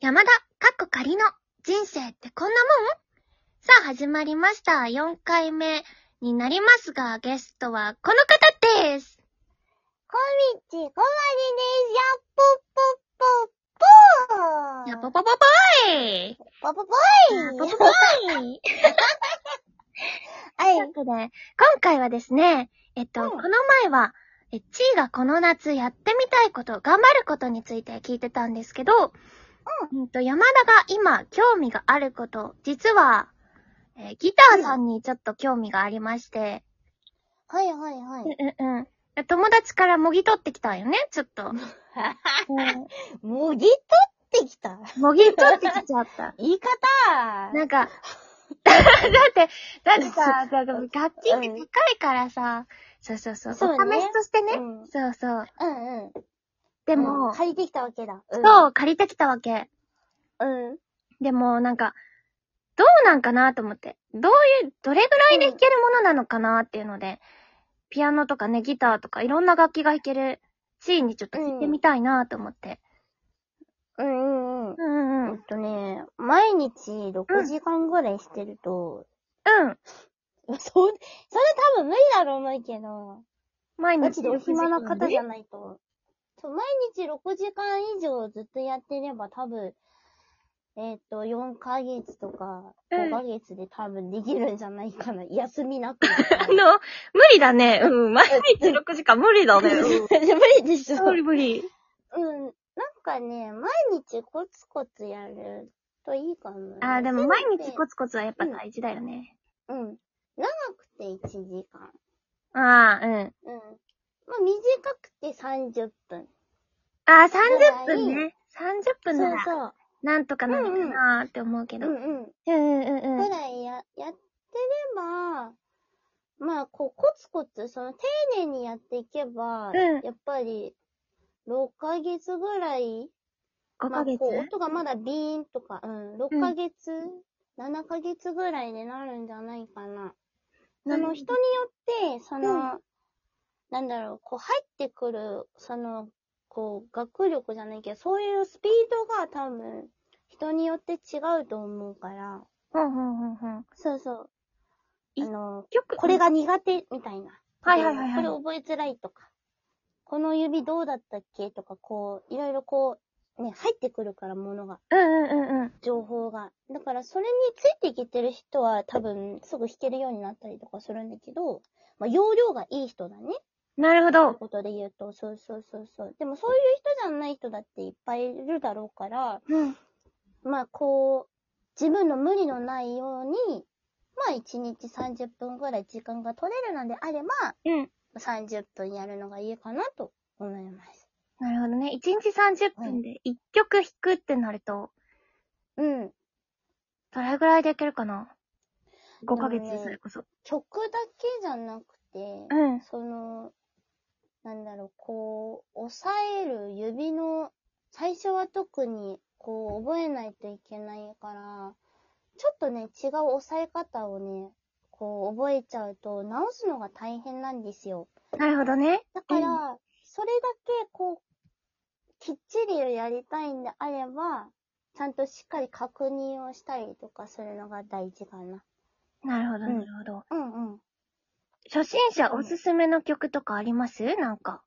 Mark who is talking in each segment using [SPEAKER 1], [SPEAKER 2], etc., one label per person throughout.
[SPEAKER 1] 山田、かっこ仮の人生ってこんなもんさあ、始まりました。4回目になりますが、ゲストはこの方です。
[SPEAKER 2] こんにちは、こまりです。
[SPEAKER 1] や
[SPEAKER 2] やっぽ
[SPEAKER 1] ぽ
[SPEAKER 2] っぽっぽー。
[SPEAKER 1] ぽぽぽい
[SPEAKER 2] ぽぽぽ
[SPEAKER 1] やぽ
[SPEAKER 2] ーい。
[SPEAKER 1] ぽぽい
[SPEAKER 2] は
[SPEAKER 1] という
[SPEAKER 2] い。
[SPEAKER 1] ことで、今回はですね、えっと、
[SPEAKER 2] うん
[SPEAKER 1] この前は、え、ちーがこの夏やってみたいこと、頑張ることについて聞いてたんですけど、うん。と、山田が今、興味があること、実は、えーギターさんにちょっと興味がありまして、
[SPEAKER 2] はいはいは
[SPEAKER 1] うん
[SPEAKER 2] い。
[SPEAKER 1] うんうん。友達からもぎ取ってきたんよね、ちょっと。
[SPEAKER 2] もぎ取ってきた。
[SPEAKER 1] もぎ取ってきちゃった。
[SPEAKER 2] 言い方
[SPEAKER 1] なん か、だって、だってさ、だから楽器って高いからさ、そうそうそう、
[SPEAKER 2] そう
[SPEAKER 1] お
[SPEAKER 2] ね
[SPEAKER 1] 試しとしてね。
[SPEAKER 2] うん
[SPEAKER 1] そうそう。
[SPEAKER 2] うんうん。
[SPEAKER 1] でも、
[SPEAKER 2] 借りてきたわけだ。うん
[SPEAKER 1] そう、借りてきたわけ。
[SPEAKER 2] うん。
[SPEAKER 1] でも、なんか、どうなんかなと思って。どういう、どれぐらいで弾けるものなのかなっていうので、ピアノとかね、ギターとかいろんな楽器が弾けるシーンにちょっと弾いてみたいなと思って。
[SPEAKER 2] うんうんうん。
[SPEAKER 1] うんうんう
[SPEAKER 2] え
[SPEAKER 1] ん
[SPEAKER 2] っ。とね、毎日6時間ぐらいしてると、
[SPEAKER 1] うん。
[SPEAKER 2] そ、 それ多分無理だろうないけど。
[SPEAKER 1] 毎
[SPEAKER 2] ガ
[SPEAKER 1] 日
[SPEAKER 2] チでお暇な方じゃ
[SPEAKER 1] ん。
[SPEAKER 2] ないと。そう、毎日6時間以上ずっとやってれば多分、えっ、と、4ヶ月とか、
[SPEAKER 1] うん
[SPEAKER 2] 5ヶ月で多分できるんじゃないかな。休みなく。
[SPEAKER 1] あの、無理だね。うん。毎日6時間無理だね。
[SPEAKER 2] 無理でしょ。う
[SPEAKER 1] 無理無理。
[SPEAKER 2] ん。なんかね、毎日コツコツやるといいかな。
[SPEAKER 1] あー、でも毎日コ
[SPEAKER 2] ツ。
[SPEAKER 1] ツコツはやっぱ大事だよね。
[SPEAKER 2] うん。長くて1時間。
[SPEAKER 1] ああ、うん。
[SPEAKER 2] うん。まあ、短くて30分。
[SPEAKER 1] ああ、30分ね。30分なら、
[SPEAKER 2] そう
[SPEAKER 1] なんとかなるかなーって思うけ
[SPEAKER 2] そ
[SPEAKER 1] ど。
[SPEAKER 2] う。う
[SPEAKER 1] うん
[SPEAKER 2] んうん。
[SPEAKER 1] うんうんう
[SPEAKER 2] ぐ
[SPEAKER 1] ん。
[SPEAKER 2] らいや、やってれば、まあ、こう、コツコツ、その、丁寧にやっていけば、
[SPEAKER 1] うん
[SPEAKER 2] やっぱり、6ヶ月ぐらい、
[SPEAKER 1] 5
[SPEAKER 2] ま
[SPEAKER 1] ヶ
[SPEAKER 2] あ、こ
[SPEAKER 1] 月。
[SPEAKER 2] う、音がまだビーンとか、うん、6ヶ月、7ヶ月ぐらいになるんじゃないかな。その、人によって、その、
[SPEAKER 1] う
[SPEAKER 2] なんだろう、こう、入ってくる、その、こう、学力じゃないけど、そういうスピードが多分、人によって違うと思うから、
[SPEAKER 1] ほんほんほんほん。
[SPEAKER 2] そうそう。
[SPEAKER 1] い
[SPEAKER 2] あの、
[SPEAKER 1] よく、
[SPEAKER 2] これ。が苦手みたいな。
[SPEAKER 1] はいはいはいはい
[SPEAKER 2] これ覚えづらいとか。この指どうだったっけとか、こう、いろいろこう、ね、入ってくるから、ものが、
[SPEAKER 1] うんうんうんうん。
[SPEAKER 2] 情報が。だから、それについていけてる人は、多分、すぐ弾けるようになったりとかするんだけど、まあ、容量がいい人だね。
[SPEAKER 1] なるほ
[SPEAKER 2] という
[SPEAKER 1] ど。
[SPEAKER 2] ことで言うと、そうそうそうそう。でも、そういう人じゃない人だっていっぱいいるだろうから、
[SPEAKER 1] うん。
[SPEAKER 2] まあ、こう、自分の無理のないように、まあ、1日30分ぐらい時間が取れるのであれば、
[SPEAKER 1] うん。
[SPEAKER 2] 30分やるのがいいかなと思います。
[SPEAKER 1] なるほどね。1日30分で1曲弾くってなると、
[SPEAKER 2] うん。
[SPEAKER 1] どれぐらいでいけるかな ?5 ヶ
[SPEAKER 2] でも
[SPEAKER 1] 月、
[SPEAKER 2] ね
[SPEAKER 1] それこそ。
[SPEAKER 2] 曲だけじゃなくて、
[SPEAKER 1] うん。
[SPEAKER 2] その、なんだろう、こう、押さえる指の、最初は特に、こう、覚えないといけないから、ちょっとね、違う押さえ方をね、こう、覚えちゃうと、直すのが大変なんですよ。
[SPEAKER 1] なるほどね。
[SPEAKER 2] だから、
[SPEAKER 1] う
[SPEAKER 2] それだけ、こう、きっちりやりたいんであれば、ちゃんとしっかり確認をしたりとかするのが大事かな。
[SPEAKER 1] なるほど、
[SPEAKER 2] うん
[SPEAKER 1] なるほど。
[SPEAKER 2] うんうん。
[SPEAKER 1] 初心者おすすめの曲とかありますなんか。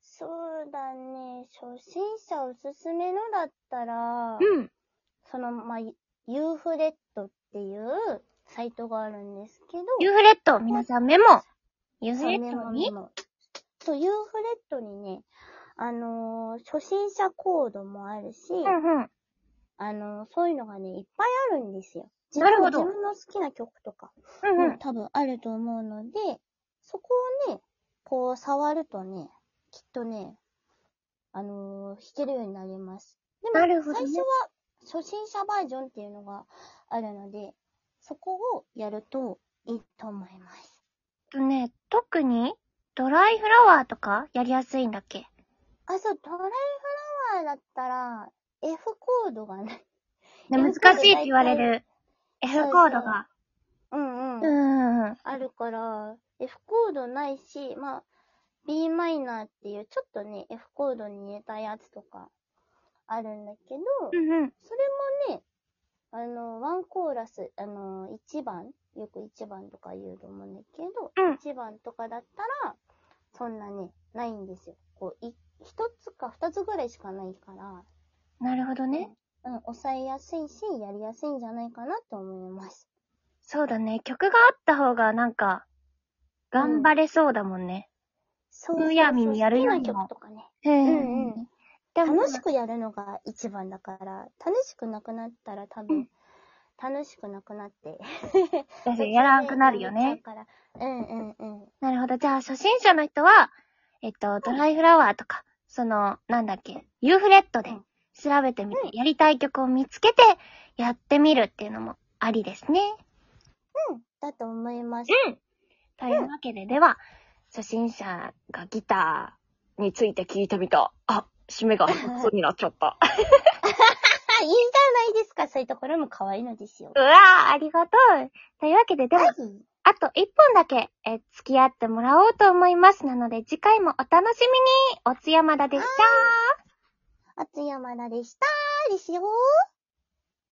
[SPEAKER 2] そうだね。初心者おすすめのだったら、
[SPEAKER 1] うん。
[SPEAKER 2] その、まあ、ユユーフレットっていうサイトがあるんですけど、
[SPEAKER 1] ユーフレット、皆さんメモ。ユーフ
[SPEAKER 2] そう
[SPEAKER 1] レッ
[SPEAKER 2] メ
[SPEAKER 1] ト
[SPEAKER 2] モ
[SPEAKER 1] に
[SPEAKER 2] メモそう、ユーフレットにね、あのー初心者コードもあるし、
[SPEAKER 1] うんうん。
[SPEAKER 2] あの、そういうのがね、いっぱいあるんですよ。
[SPEAKER 1] なるほど
[SPEAKER 2] 自分の自分の好きな曲とか、
[SPEAKER 1] うんうん。
[SPEAKER 2] 多分あると思うので、そこをね、こう触るとね、きっとね、あのー弾けるようになります。で
[SPEAKER 1] なるほどね
[SPEAKER 2] 最初は初心者バージョンっていうのがあるので、そこをやるといいと思います。
[SPEAKER 1] とね、特に、ドライフラワーとかやりやすいんだっけ
[SPEAKER 2] あ、そう、ドライフラワーだったら、F コードがね、
[SPEAKER 1] ね、
[SPEAKER 2] いや
[SPEAKER 1] 難しいって言われる F コードが。
[SPEAKER 2] うんうん。
[SPEAKER 1] うんうん。
[SPEAKER 2] あるから、F コードないし、まあ、b マイナーっていうちょっとね、F コードに入れたやつとかあるんだけど、
[SPEAKER 1] うんうん。
[SPEAKER 2] それもね、あの、ワンコーラス、あの、1番、よく1番とか言うと思うんだけど、
[SPEAKER 1] うん
[SPEAKER 2] 1番とかだったら、そんなね、ないんですよ。こう、い、一つか二つぐらいしかないから、
[SPEAKER 1] なるほどね。
[SPEAKER 2] うん、抑えやすいし、やりやすいんじゃないかなと思います。
[SPEAKER 1] そうだね。曲があった方がなんか、頑張れそうだもんね。
[SPEAKER 2] そう
[SPEAKER 1] むやみにやるよりも
[SPEAKER 2] 好きな曲とかね。
[SPEAKER 1] う
[SPEAKER 2] うんんうん。
[SPEAKER 1] でも、
[SPEAKER 2] 楽しくやるのが一番だから、楽しくなくなったら多
[SPEAKER 1] うん
[SPEAKER 2] 分、楽しくなくなって。
[SPEAKER 1] だしやらなくなるよ ね。。
[SPEAKER 2] うんうんうん。
[SPEAKER 1] なるほど。じゃあ、初心者の人は、えっと、ドライフラワーとか、その、なんだっけ、ユーフレットで
[SPEAKER 2] うん
[SPEAKER 1] 調べてみて、やりたい曲を見つけて、やってみるっていうのもありですね。
[SPEAKER 2] だと思います。
[SPEAKER 1] というわけで、では、初心者がギターについて聞いてみた。あ、締めが発音になっちゃった。
[SPEAKER 2] あ、いいじゃないですか。そういうところも可愛いのですよ。
[SPEAKER 1] うわー、ありがとう。というわけで、では、
[SPEAKER 2] はい。
[SPEAKER 1] あと一本だけ、え、付き合ってもらおうと思います。なので、次回もお楽しみにおつやまだでした。
[SPEAKER 2] あつやまだでした。ですよ。